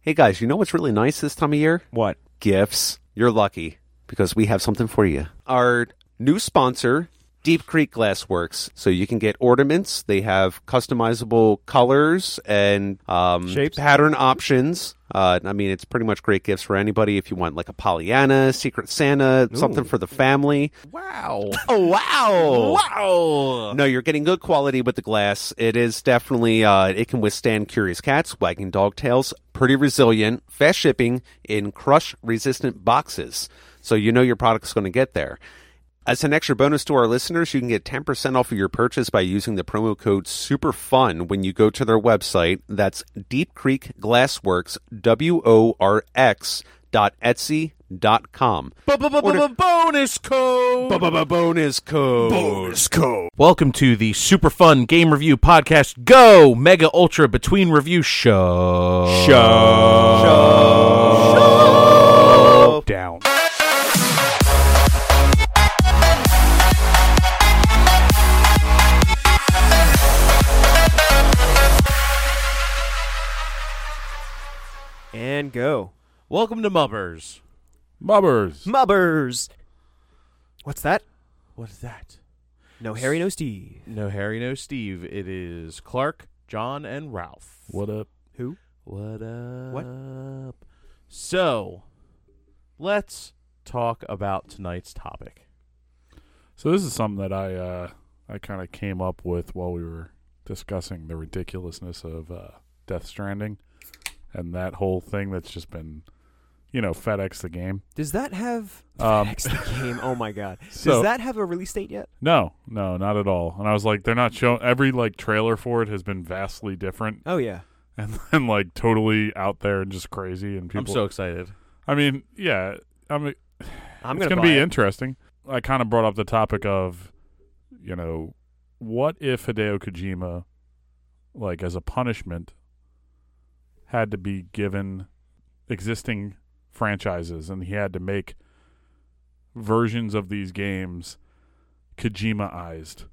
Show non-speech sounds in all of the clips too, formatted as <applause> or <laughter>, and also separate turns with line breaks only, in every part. Hey guys, you know what's really nice this time of year?
What?
Gifts. You're lucky because we have something for you. Our new sponsor, Deep Creek Glassworks. So you can get ornaments. They have customizable colors and um,
Shapes?
pattern options. Uh, I mean, it's pretty much great gifts for anybody if you want like a Pollyanna, Secret Santa, something for the family.
Wow.
Oh, wow.
wow.
No, you're getting good quality with the glass. It is definitely uh, it can withstand curious cats, wagging dog tails, pretty resilient, fast shipping in crush resistant boxes. So you know your product's going to get there. As an extra bonus to our listeners, you can get 10% off of your purchase by using the promo code SUPERFUN when you go to their website. That's Deep Creek Glassworks, W O R X dot Etsy dot com.
Bonus code.
Bonus code.
code. Welcome to the super fun game review podcast. Go mega ultra between review show. Show. Show. Down.
And go.
Welcome to Mubbers.
Mubbers.
Mubbers! What's that?
What is that?
No Harry, no Steve.
No Harry, no Steve. It is Clark, John, and Ralph.
What up?
Who?
What up?
What?
So, let's talk about tonight's topic.
So this is something that I uh, I kind of came up with while we were discussing the ridiculousness of uh, Death Stranding and that whole thing that's just been, you know, FedEx the game.
Does that have
Um,
Next game? Oh my
<laughs>
god. Does
So-
that have a release date yet?
No, no, not at all. And I was like, they're not showing every like trailer for it has been vastly different <laughs>
Oh yeah.
and then like totally out there and just crazy and people.
I'm so excited.
I mean, yeah, I mean,
I'm
it's
gonna
going to be
buy it.
interesting. I kind of brought up the topic of, you know, what if Hideo Kojima, like as a punishment, had to be given existing franchises and he had to make versions of these games Kojima-ized.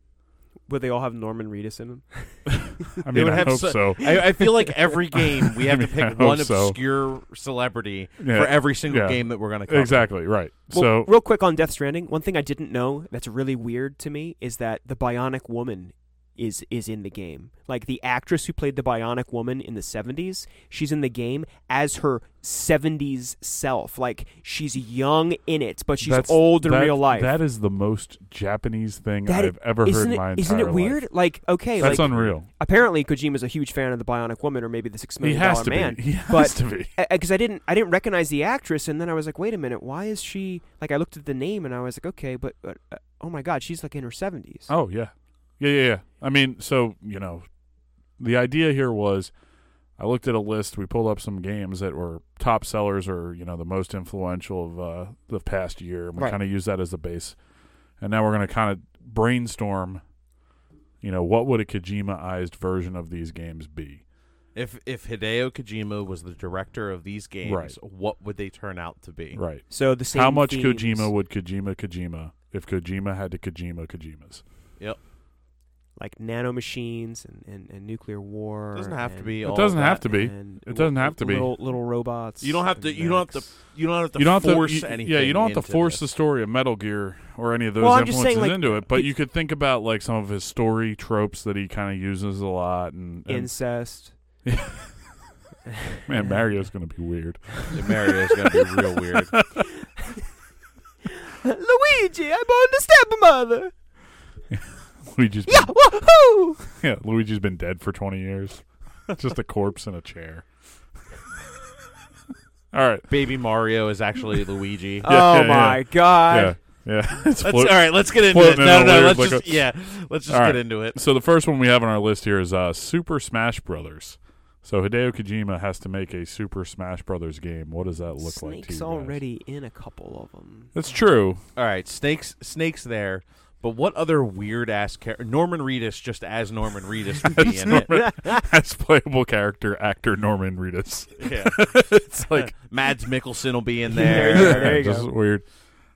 Would they all have Norman Reedus in them? <laughs>
I mean,
would
I
have
hope
so-
so.
I, I feel like every game we have
I mean,
to
I
pick
hope
one
so.
obscure celebrity
Yeah.
for every single
Yeah.
game that we're going to cover.
Exactly right.
Well,
so
real quick on Death Stranding, one thing I didn't know that's really weird to me is that the Bionic Woman is is in the game. Like the actress who played the Bionic Woman in the 70s, she's in the game as her 70s self. Like she's young in it, but she's
that's-
old in
that-
real life.
That is the most Japanese thing
That-
I've ever heard
isn't
in
it,
my entire
isn't it
life.
weird? Like okay,
That's
like
unreal.
apparently Kojima's a huge fan of the Bionic Woman or maybe the 6
He
million
has
dollar
to
man.
be. <laughs> He has
but
to be.
because I didn't I didn't recognize the actress, and then I was like, wait a minute, why is she like? I looked at the name and I was like, okay, but uh, uh, oh my god, she's like in her seventies.
Oh yeah, yeah, yeah, yeah. I mean, so you know, the idea here was, I looked at a list. We pulled up some games that were top sellers or you know the most influential of uh, the past year. And we
Right.
kind of use that as the base, and now we're going to kind of brainstorm. You know, what would a Kojima-ized version of these games be?
If if Hideo Kojima was the director of these games,
Right.
what would they turn out to be?
Right.
So the same.
How much
themes.
Kojima would Kojima Kojima if Kojima had to Kojima Kojimas?
like nanomachines and, and and nuclear war?
It doesn't have to
and-
be.
It
all
doesn't
that.
have to be.
and
It doesn't have to be.
little, little robots.
You don't have to-
and
you don't have to
mechs.
You don't have to
you don't
force
have to, y-
anything.
Yeah, you don't have to
into
force
this.
the story of Metal Gear or any of those
Well, I'm just
influences
saying, like,
into it, but
it-
you could think about like some of his story tropes that he kind of uses a lot. And, and
<laughs>
incest.
man, Mario's going to be weird. <laughs>
Mario's gonna be real weird.
Luigi, I'm on the stepmother.
Luigi's been,
Yeah, woohoo!
yeah, Luigi's been dead for twenty years, <laughs> just a corpse in a chair. <laughs> All right,
Baby Mario is actually
<laughs>
Luigi.
oh
yeah,
my
yeah.
god!
yeah, yeah. <laughs> It's
Let's,
float-
all right, let's get into it.
floating in
No,
a
no, no,
weird
let's
liquid.
just yeah, let's just
All
get
right.
into it.
So the first one we have on our list here is uh, Super Smash Brothers. So Hideo Kojima has to make a Super Smash Brothers game. What does that look like? to you
Snake's
guys?
already in a couple of them.
That's true.
All right, snakes, snakes there. But what other weird ass character? Norman Reedus, just as Norman Reedus would
<laughs>
be in
Norman- as playable character actor Norman Reedus.
it. <laughs> Yeah.
<laughs> it's like
Mads Mikkelsen will be in
There
there.
you go, there you
this <laughs> is weird.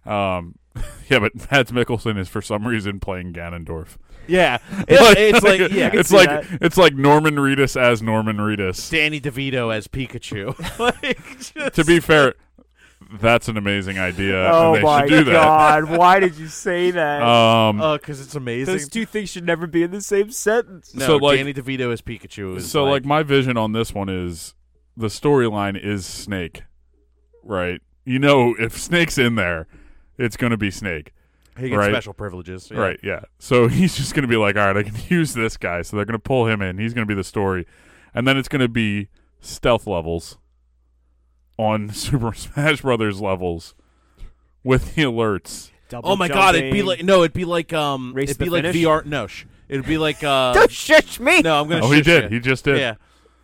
Um, yeah, but Mads Mikkelsen is for some reason playing Ganondorf.
yeah, <laughs>
<laughs>
it's, it's like yeah,
it's like it's like Norman Reedus as Norman Reedus.
Danny DeVito as Pikachu. <laughs> like, just-
To be fair, that's an amazing idea. and
oh
they
my
should do <laughs>
god! Why did you say that?
that. Um,
Oh, because it's amazing.
Those two things should never be in the same sentence.
no,
so, like-
Danny DeVito as Pikachu. Is
so like my vision on this one is the storyline is Snake, right? You know, if Snake's in there, it's going to be Snake.
he gets
right.
special privileges. yeah.
Right, yeah. So <laughs> he's just going to be like, all right, I can <laughs> use this guy. So they're going to pull him in. He's going to be the story. And then it's going to be stealth levels on <laughs> Super Smash Brothers levels with the alerts.
Double
Oh my god, it'd be
jumping.
like no, it'd be like um,
Race
it'd
to
be
the
like
finish?
VR. No, sh- it'd be like uh,
Don't shush
<laughs>
me.
no, I'm gonna.
Oh, he
shush
did.
you.
He just did.
Yeah,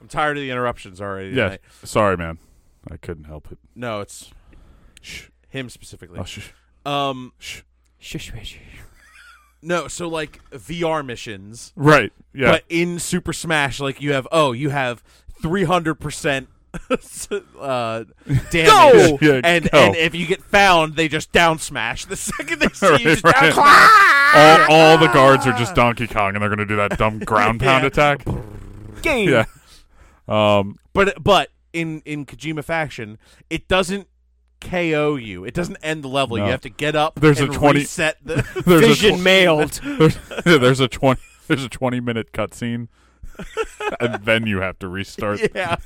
I'm tired of the interruptions already.
Yeah.
tonight.
Sorry, man. I couldn't help it.
No, it's
Shh.
him specifically.
Oh, shh.
Um,
Shush, shush, shush.
no, so like VR missions,
Right. Yeah.
but in Super Smash, like you have oh, you have 300 percent. <laughs> uh, damage
<laughs> Yeah,
and
go.
and if you get found, they just down smash the <laughs> second they see you.
Right,
Just down
right.
smash.
all, all the guards are just Donkey Kong, and they're going to do
<laughs>
that dumb ground pound
Ah! Yeah.
attack.
Game. <laughs>
Yeah. Um,
But but in in Kojima faction, it doesn't KO you. It doesn't end the level.
No.
You have to get up.
There's a
and
20
reset the
<laughs> there's a
Vision <laughs>
tw-
mailed.
there's, there's a <laughs> twenty there's a twenty minute cutscene, and then you have to restart.
<laughs> yeah.
<laughs>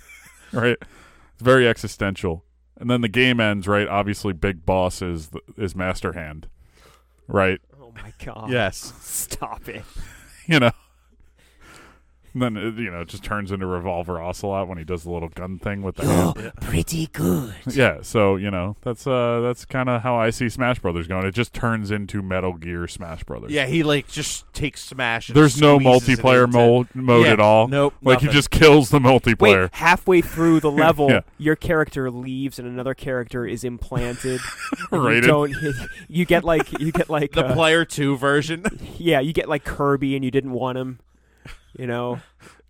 Right, it's very existential. And then the game ends. Right, obviously, big boss is the, is Master Hand. Right,
Oh my god.
Yes.
Stop it.
<laughs> you know. And then it, you know it just turns into Revolver Ocelot when he does the little gun thing with the hand.
<gasps>
<gasps>
Pretty good.
Yeah, so you know that's uh that's kind of how I see Smash Brothers going. It just turns into Metal Gear Smash Brothers.
Yeah, he like just takes smash. And
There's no
squeezes it
multiplayer
into-
mode, mode
Yeah,
at all.
Nope.
Like he
nothing.
just kills the
<laughs>
multiplayer.
Wait, halfway through
<laughs>
the level,
Yeah.
your character leaves and another character is
<laughs>
implanted. and you
Rated.
don't hit, you get like you get like
the
uh,
player two version. <laughs>
yeah, you get like Kirby and you didn't want him. You
<laughs>
know,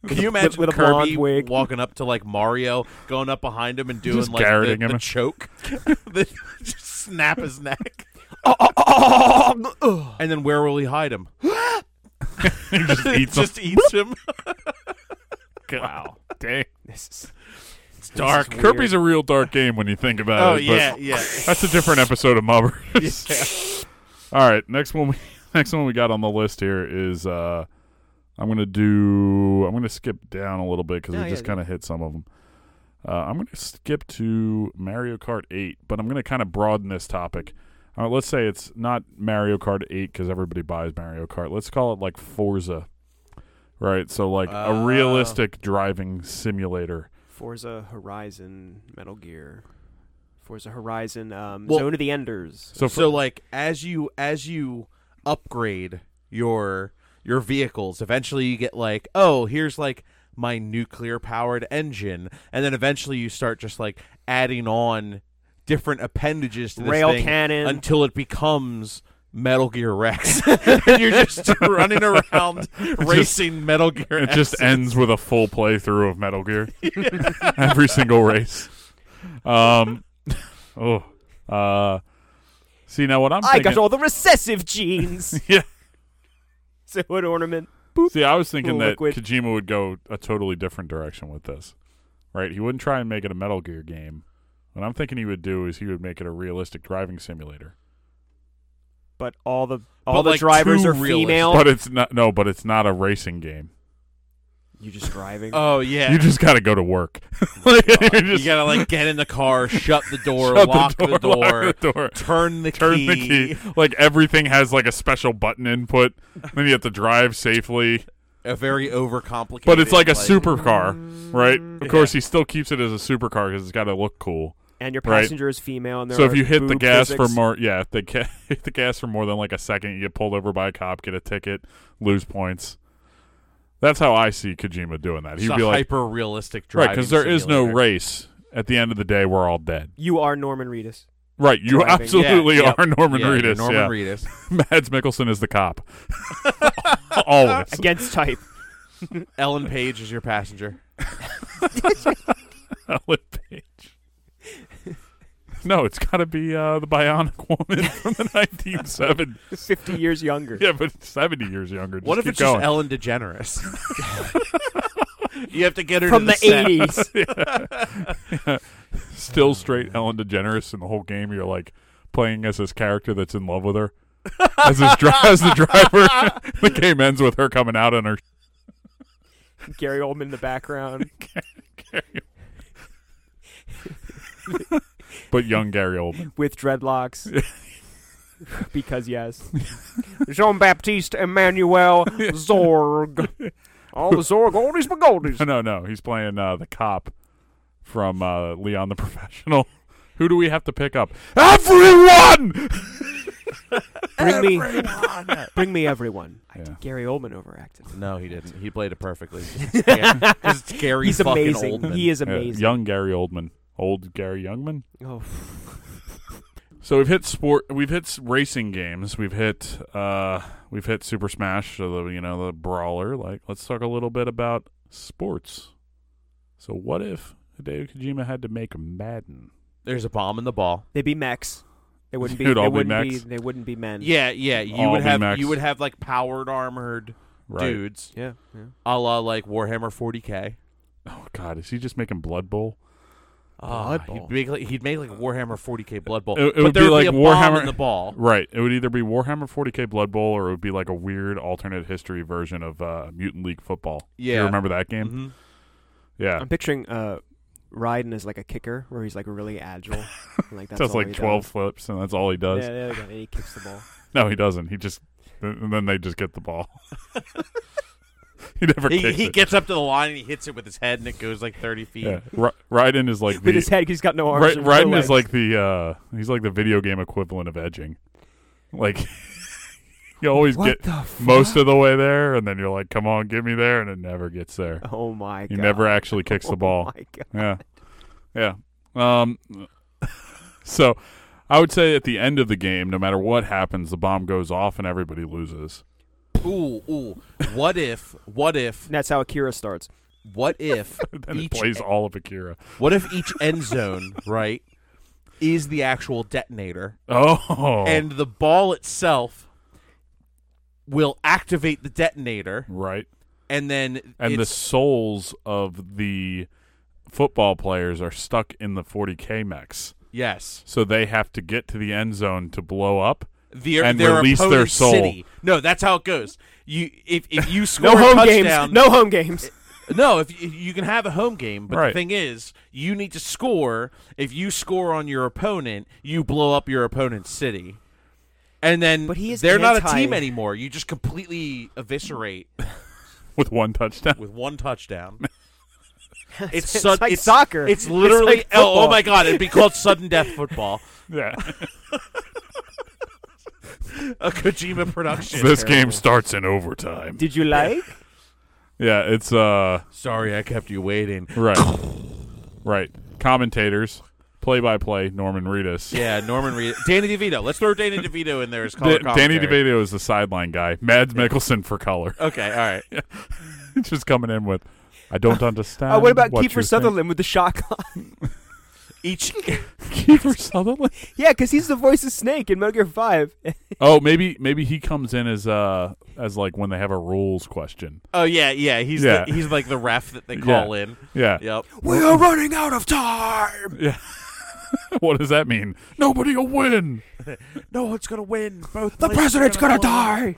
Can
a-
you imagine
with a blonde
Kirby
wig.
walking up to like Mario, going up behind him and doing
Just
like the,
garroting
the
him.
choke, <laughs> The- just snap his neck, and then where will he hide him?
<laughs> he
<laughs>
just eats them.
just eats him. <laughs>
Wow. Dang.
this is
It's dark.
<laughs>
Kirby's a real dark game when you think about
Oh
it. Uh, but <laughs>
yeah, yeah.
That's a different episode of Mubbers. <laughs> All right, next one we <laughs> next one we got on the list here is uh I'm going to do I'm going to skip down a little bit cuz
No,
we
yeah,
just
do
kind of hit some of them. Uh, I'm going to skip to Mario Kart 8, but I'm going to kind of broaden this topic. All right, let's say it's not Mario Kart 8 cuz everybody buys Mario Kart. Let's call it like Forza. Right? So like a
Uh.
realistic driving simulator.
Forza Horizon, Metal Gear, Forza Horizon, um,
Well-
Zone of the Enders.
So, for,
So like as you as you upgrade your your vehicles, eventually you get like, oh, here's like my nuclear powered engine, and then eventually you start just like adding on different appendages to this
Rail
thing
cannon.
until it becomes Metal Gear Rex, <laughs> and you're
<laughs>
just running around racing Metal Gear.
It just
Xs.
ends with a full playthrough of Metal
<laughs>
Gear. <laughs> Every single race. Um, <laughs> oh, uh, see now what I'm
I
thinking.
got all the recessive
<laughs>
genes.
Yeah.
<laughs> So an ornament.
see, I was thinking
Ooh,
that
liquid.
Kojima would go a totally different direction with this, right? He wouldn't try and make it a Metal Gear game. What I'm thinking he would do is he would make it a realistic driving simulator.
But all the all
But,
the
like,
drivers
too
are
realistic.
female.
But it's not no, but it's not a racing game.
you just driving.
uh,
Oh yeah,
You just got to go to work. <laughs> you just
you gotta like get in the car, shut the door,
<laughs> shut
lock the door,
lock the door.
turn the
turn
key.
the key. <laughs> Like everything has like a special button input. then you have to drive safely.
A very overcomplicated.
But it's like a supercar, right?
Mm.
Of course, he still keeps it as a supercar because it's got to look cool.
and your
right.
passenger is female. And there
So if
are
you hit the
boob
gas for
physics.
more, yeah, if they ca- <laughs> hit the gas for more than like a second, you get pulled over by a cop, get a ticket, lose points. That's how I see Kojima doing that.
It's
He'd
a
be like,
hyper realistic
right,
driving.
because there is no
simulator.
race. At the end of the day, we're all dead.
you are Norman
<laughs>
Reedus.
Right, you
Driving.
absolutely
Yeah, yep.
are <laughs> Norman
Yeah, you're
Reedus.
Norman
yeah.
Reedus.
<laughs> Mads Mikkelsen is the cop.
<laughs>
Always.
Against type.
Ellen Page is your passenger.
<laughs> Ellen Page. No, it's got to be uh, the Bionic Woman <laughs> from the 1970s.
50 years younger.
Yeah, but 70 years younger. Just
What if
keep
it's
going.
just Ellen
<laughs>
DeGeneres? <laughs> you have to get her
From
to
the
the, set.
<laughs>
80s.
Still straight Ellen DeGeneres in the whole game. You're like playing as this character that's in love with her. As, his dri- as the driver, <laughs> the game ends with her coming out on her.
Gary Oldman in the background.
But young Gary Oldman.
with <laughs> dreadlocks. because <laughs> yes. Jean Baptiste Emmanuel Zorg. All the Zorg oldies but
<laughs>
goldies.
No, no, he's playing uh, the cop from uh, Leon the Professional. <laughs> Who do we have to pick up? Everyone!
Bring me,
<laughs>
bring me everyone. I
Yeah.
did Gary Oldman overacted.
No, he didn't. He played it <laughs> perfectly. 'Cause it's Gary
He's
fucking
amazing.
Oldman.
He is
Yeah,
amazing.
young Gary Oldman. Old Gary Youngman.
Oh,
<laughs> So we've hit sport. We've hit s- racing games. We've hit. Uh, we've hit Super Smash. So the you know the brawler. Like let's talk a little bit about sports. So what if Hideo Kojima had to make Madden?
There's a bomb in the ball.
they'd be mechs. They wouldn't be.
It'd all
They
be
wouldn't be,
mechs.
They wouldn't be men.
Yeah, yeah. You
All
would
be
have
Max.
you would have like powered armored
Right.
dudes,
Yeah. yeah.
a la like Warhammer 40k.
Oh God, is he just making Blood Bowl? Ah,
Uh, he'd, make like, he'd make like Warhammer 40k Blood Bowl.
It- it
but
would
there
be
would
like
be a bomb
Warhammer-
in the ball.
Right. It would either be Warhammer 40k Blood Bowl, or it would be like a weird alternate history version of uh, Mutant League Football.
Yeah.
You remember that game?
Mhm.
Yeah.
Mm-hmm. I'm picturing uh, Ryden as like a kicker, where he's like really
<laughs>
agile. and, like that's
Does
all
like
he
twelve
Does.
flips, and that's all he does.
Yeah, there we go. He kicks the ball.
No, he doesn't. He just and then they just get the ball. <laughs> he never
He,
kicks
he
it.
gets up to the line and he hits it with his head and it goes like 30 feet.
Yeah. Ry- Raiden is like
With his
the
head, he's got no
Ry-
arms. and no
Raiden
legs.
is like the uh he's like the video game equivalent of edging. Like <laughs> you always
What
get
the fuck?
most of the way there and then you're like come on give me there and it never gets there.
<laughs> Oh my
he
god!
never actually kicks the ball.
<laughs> Oh my god!
Yeah. Yeah. Um <laughs> so I would say at the end of the game no matter what happens the bomb goes off and everybody loses.
Ooh, ooh. What if, what if,
And that's how Akira
<laughs>
starts.
what <laughs> if
And it
each,
e-
plays all of Akira.
what if each end zone, right, is the actual detonator?
Oh.
and the ball itself will activate the detonator,
right.
and then
and the
it's,
souls of the football players are stuck in the 40k mechs
yes,
so they have to get to the end zone to blow up
the, er,
And
their
release their
opponent's
soul.
City. No, that's how it goes. You if if
<laughs>
you score
No
a
home
touchdown,
games. No home games.
no, if you, you can have a home game, but
Right.
the thing is, you need to score. If you score on your opponent, you blow up your opponent's city. And then
But he is
they're not a
anti-
team anymore. You just completely eviscerate
with one
<laughs>
touchdown
with one touchdown. It's,
It's
sud-
like soccer.
It's
<laughs> It's
literally
like
oh, oh
football.
my god, it'd be
<laughs>
called sudden death football.
yeah
A Kojima production.
<laughs> this game starts in
<laughs>
overtime
Did you like?
yeah it's uh
Sorry, I kept you waiting.
right right commentators play by play norman reedus
Yeah, Norman Reed, Danny DeVito. Let's throw Danny DeVito in there as color
Da- Danny
commentary.
DeVito is the sideline guy. Mads Mikkelsen for color. <laughs>
Okay, all
<laughs>
right.
Just coming in with, I don't understand.
Oh, what about
Um, what
Kiefer
you're saying."
Sutherland with the shotgun?
Each
<laughs> Kiefer Sutherland?
<laughs> yeah, because he's the voice of Snake in Metal Gear Five. <laughs>
Oh, maybe maybe he comes in as uh as like when they have a rules question.
Oh yeah, yeah. He's
Yeah.
The, he's like the ref that they call
Yeah.
in.
Yeah.
Yep.
we are running out of time.
Yeah. <laughs> what does that mean? Nobody will win.
No one's gonna win. Both
The president's gonna die.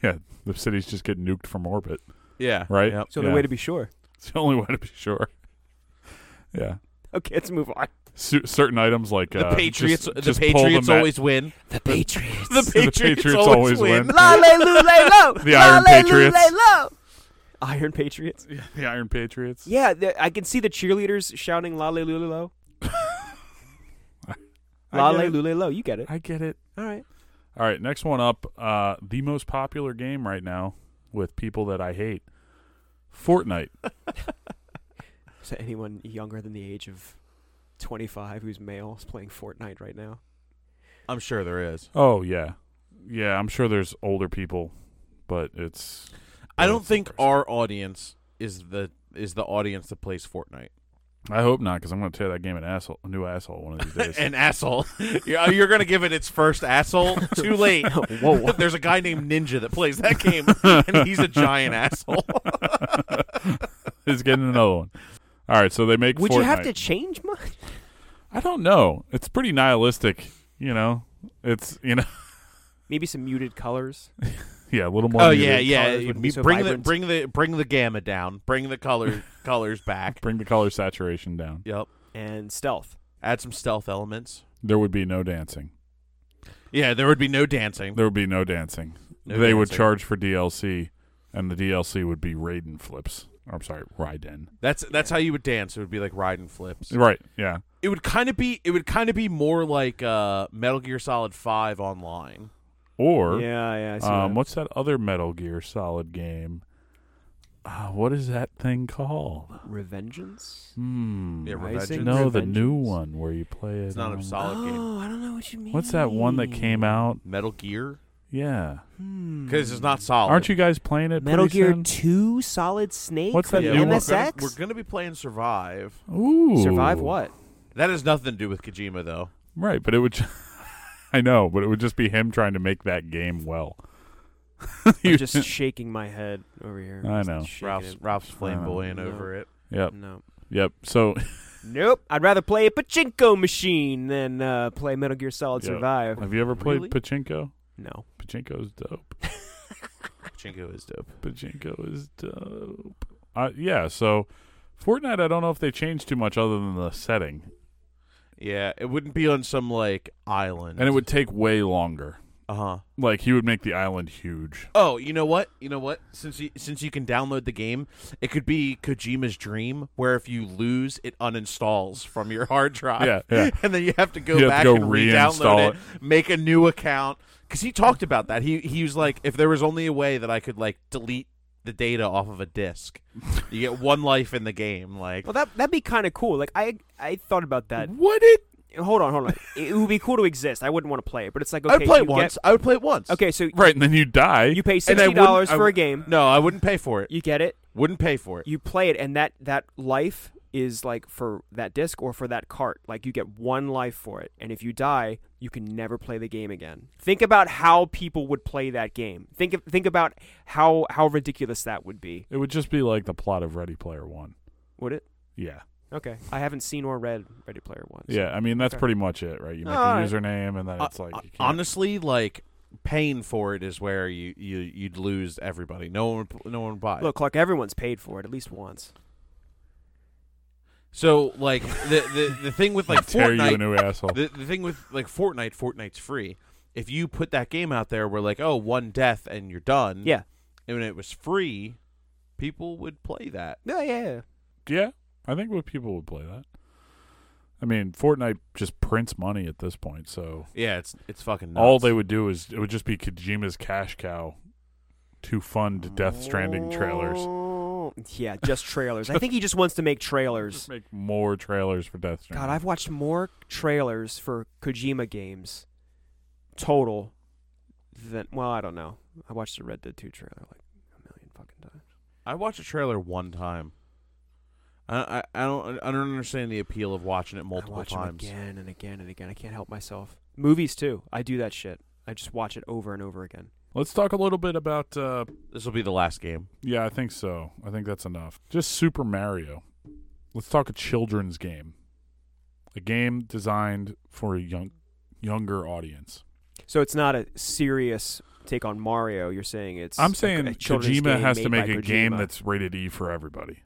Yeah, the city's just getting nuked from orbit,
Yeah.
right?
Yep.
So
yeah.
the way to be sure.
it's the only way to be sure. Yeah,
Okay, let's move
<laughs>
on.
Cer- certain items like
The
uh,
Patriots.
just,
the
just pull
Patriots
mat- <laughs>
always win.
The Patriots.
The Patriots,
Patriots
always,
always
win. <laughs>
win.
la le lu le lo.
<laughs> The
La,
Iron
le, lu,
Patriots.
le, lo. Iron Patriots.
the Iron Patriots.
Yeah, the, I can see the cheerleaders shouting "La le lu le lo."
I
La
get
le
it.
lu le lo. You get it.
I get it.
All right.
All right, next one up. Uh, the most popular game right now with people that I hate, Fortnite.
<laughs> Is there anyone younger than the age of 25 who's male is playing Fortnite right
<laughs>
now?
I'm sure there is.
Oh yeah, yeah. I'm sure there's older people, but it's
I
Yeah,
don't
it's
think
the first
our audience is the is the audience that plays Fortnite.
I hope not, because I'm going to tear that game an asshole, a new asshole one
<laughs>
of these days.
An asshole. <laughs> You're, uh, you're gonna give it its first <laughs> asshole. Too
<laughs>
late.
<laughs>
Whoa. There's a guy named Ninja that plays that game, and he's a giant
<laughs>
asshole.
<laughs> It's getting another one. All right, so they make.
Would you have
Fortnite.
to change much?
I don't know. It's pretty nihilistic, you know. It's you know, <laughs>
Maybe some muted colors.
yeah, a little
<laughs>
more.
oh
muted.
yeah, yeah.
colors would be
You
so
bring the
vibrant.
bring the bring the gamma down. Bring the color colors
<laughs>
back.
Bring the color saturation down.
Yep.
and stealth.
Add some stealth elements.
There would be no dancing.
Yeah, there would be no dancing.
There would be no dancing.
No
they would
dancing.
charge for DLC, and the DLC would be Raiden flips. I'm sorry, Raiden.
That's that's how you would dance. It would be like riding flips.
Right? Yeah.
It would kind of be it would kind of be more like uh, Metal Gear Solid Five online.
Or
Yeah, yeah. I see
um,
that.
what's that other Metal Gear Solid game? Uh, what is that thing called?
Revengeance?
Hmm.
Yeah,
Rising?
Revengeance.
no, the new
Revengeance.
one where you play it.
It's not
on-
a solid game.
Oh, I don't know what you mean.
What's that one that came out?
Metal Gear
Yeah.
because it's not solid.
Aren't you guys playing it?
Hmm. Metal
pretty
Gear
soon?
Two Solid Snake?
What's
for
that
the
Yeah,
new
we're
one?
gonna-
NSX?
We're gonna be playing Survive.
Ooh.
Survive
<laughs>
what?
That has nothing to do with Kojima though.
Right, but it would. ju- <laughs> I know, but it would just be him trying to make that game well.
I'm just shaking my head over here.
I
Just
know.
shaking
Ralph's
it.
Ralph's flamboyant
Oh,
no.
over it.
Yep.
No.
Yep. So <laughs>
Nope. I'd rather play a pachinko machine than uh, play Metal Gear Solid
Yeah.
Survive.
have you ever played
Really?
Pachinko?
No.
Pachinko's dope.
Pachinko is dope.
Pachinko is dope. Uh, yeah, so Fortnite, I don't know if they changed too much other than the setting.
Yeah, it wouldn't be on some like island.
And it would take way longer.
Uh huh.
Like, he would make the island huge.
Oh, you know what? You know what? Since you, since you can download the game, it could be Kojima's dream, where if you lose, it uninstalls from your hard drive.
Yeah, yeah.
<laughs> And then you have to go
You have to
back
go
and
reinstall
re-download it, make a new account. Because he talked about that. He he was like, if there was only a way that I could like delete the data off of a disc, you get one life in the game. Like,
Well, that that'd be kind of cool. Like I I thought about that.
would it?
Hold on, hold on. it would be cool to exist. I wouldn't want to play it, but it's like okay,
I would play
you
it
get-
once. I would play it once.
okay, so
Right, and then you die.
you pay
And I
sixty
wouldn't-
dollars
I
for a
w-
game.
No, I wouldn't pay for it.
You get it.
Wouldn't pay for it.
you play it and that that life is like for that disc or for that cart like you get one life for it and if you die you can never play the game again think about how people would play that game think think about how how ridiculous that would be
it would just be like the plot of Ready Player One.
would it
Yeah.
okay i haven't seen or read ready player one so-
Yeah, I mean, that's
Okay.
pretty much it, right? You make
Alright.
the username, and then it's
Uh,
like.
uh,
you can't-
honestly, like paying for it is where you you you'd lose everybody. No one would- no one would buy. it.
look clark everyone's paid for it at least once
so like the the, the thing with like
<laughs> tear
Fortnite, uh,
you a new asshole.
the the thing with like Fortnite, Fortnite's free. If you put that game out there, where like oh one death and you're done.
Mm.
yeah
and it was free, people would play that.
yeah yeah, yeah.
Yeah, I think what people would play that. I mean, Fortnite just prints money at this point, so
Yeah, it's it's fucking nuts.
all they would do is it would just be Kojima's cash cow to fund Death Stranding trailers.
yeah just trailers i think he just wants to make trailers
<laughs> Just make more trailers for Death Stranding.
God, I've watched more trailers for Kojima games total than well, I don't know. I watched the Red Dead 2 trailer like a million fucking times.
I watched a trailer one time. I, I I don't I don't understand the appeal of watching it multiple
I watch
times.
them again and again and again. I can't help myself. Movies too. I do that shit. I just watch it over and over again.
Let's talk a little bit about. Uh,
This will be the last game.
yeah, I think so. I think that's enough. Just Super Mario. Let's talk a children's game, a game designed for a young, younger audience.
So it's not a serious take on Mario. You're saying it's
I'm
a-
saying
a children's
Kojima
game
has
made
to make
by
a game
Kojima.
that's rated E for everybody.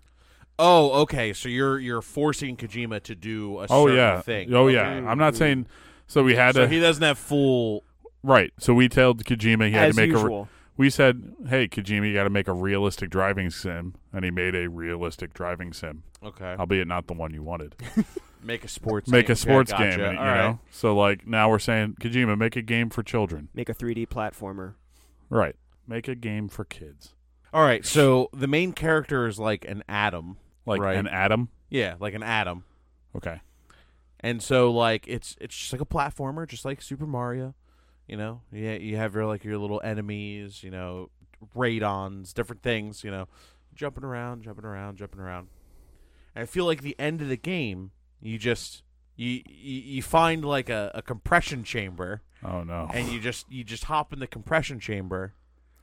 Oh, okay. So you're you're forcing Kojima to do a
Oh
certain
yeah.
thing.
Oh
Okay.
yeah.
Mm-hmm.
I'm not saying. So we had
So
to
he doesn't have full.
right. So we told Kojima he had
as
to make a.
usual.
We said, hey Kojima, you got to make a realistic driving sim, and he made a realistic driving sim,
Okay.
albeit not the one you wanted.
Make a sports.
make
game.
a sports
okay,
game,
gotcha.
and, you
All right.
know. So like now we're saying Kojima, make a game for children.
Make a 3D platformer.
Right. Make a game for kids,
All right. So the main character is like an atom.
like
Right.
an Atom.
Yeah, like an atom.
Okay.
And so like it's it's just like a platformer, just like Super Mario. You know, yeah, you have your like your little enemies. You know, radons, different things. You know, jumping around, jumping around, jumping around. I feel like the end of the game, you just you you, you find like a, a compression chamber,
Oh no.
and you just you just hop in the compression chamber,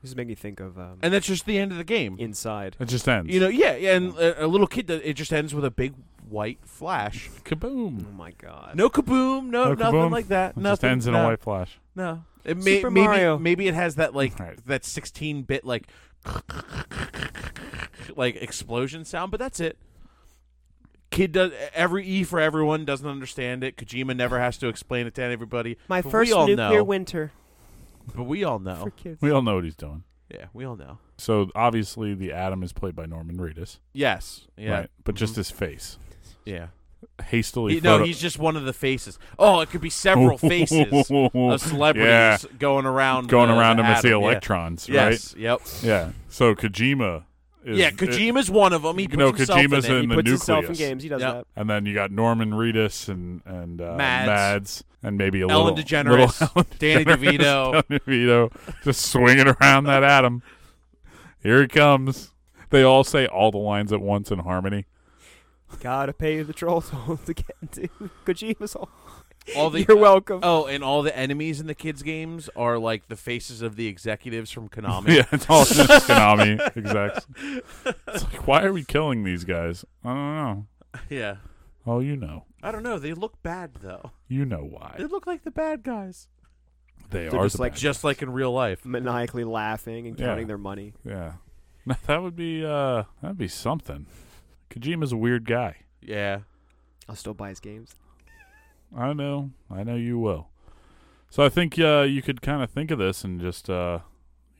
This is making me think of um,
and that's just the end of the game.
Inside.
it just ends.
You know, yeah, yeah, and a, a little kid. It just ends with a big white flash.
Oh
kaboom.
my god.
No kaboom, no,
No
nothing
kaboom?
like that.
It
nothing.
just ends in
no.
a white flash.
No, it may,
Super
maybe,
Mario.
Maybe it has that like
Right.
that sixteen bit like like explosion sound, but that's it. Kid does every E for everyone doesn't understand it. Kojima never has to explain it to everybody.
My
but
first
we all
nuclear
know,
winter
but we all
for <laughs>
know.
kids.
We all know what he's doing.
Yeah, we all know.
So obviously the Atom is played by Norman Reedus,
Yes, yeah,
right? But just
Mhm.
his face,
yeah.
hastily.
He, no,
photo-
he's just one of the faces. Oh, it could be
<laughs>
several faces of celebrities
Yeah.
going around,
going
the-
around
the
him as the
atom, yeah.
electrons,
Yes, yep.
right? Yeah. So Kojima is
yeah, Kojima's one of them. He
You
puts
know,
himself
Kojima's
in it.
in
he
the
puts himself in
nucleus.
games. He does
Yep.
that.
and then you got Norman Reedus and and uh,
Mads.
Mads and maybe a
Ellen
little
DeGeneres,
little Ellen
<laughs> Danny
DeGeneres,
DeVito.
Danny DeVito, just swinging around that atom. Here he comes. They all say all the lines at once in harmony.
Gotta pay the troll <laughs> toll to get into Kojima's hole.
All
<laughs>
the
You're welcome.
Oh, and all the enemies in the kids' games are like the faces of the executives from Konami.
<laughs> Yeah, it's all just Konami execs.
<laughs>
It's like, why are we killing these guys? I don't know.
yeah.
Oh, you know,
I don't know. They look bad though.
you know
They
why
look like the bad guys,
they
They're
are
just
the
like-
bad
just like in real life.
Maniacally laughing and counting
Yeah.
their money.
guys. yeah. <laughs> No, that would be uh, that'd be something. Kojima's a weird guy.
Yeah.
I'll still buy his games.
I know. I know you will. So I think uh, you could kind of think of this and just, uh,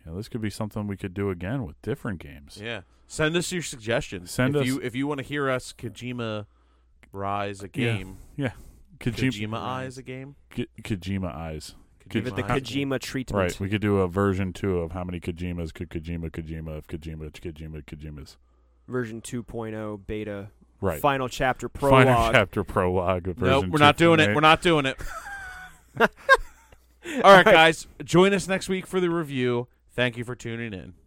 you know, this could be something we could do again with different games.
Yeah. Send us your suggestions.
Send
if
us-
you if you want to hear us Kojima rise a
Yeah.
game.
Kojima,
Kojima eyes a game.
Ko- Kojima eyes.
Give it the
Eyes a game.
Kojima treatment.
Right. We could do a version two of how many Kojimas could Kojima Kojima if Kojima Kojima Kojimas.
Version 2.0 beta.
Right.
Final chapter prologue.
Final <laughs> chapter prologue. Of
Nope,
version
we're not doing it.
2.8.
We're not doing it. All right, guys. Join us next week for the review. Thank you for tuning in.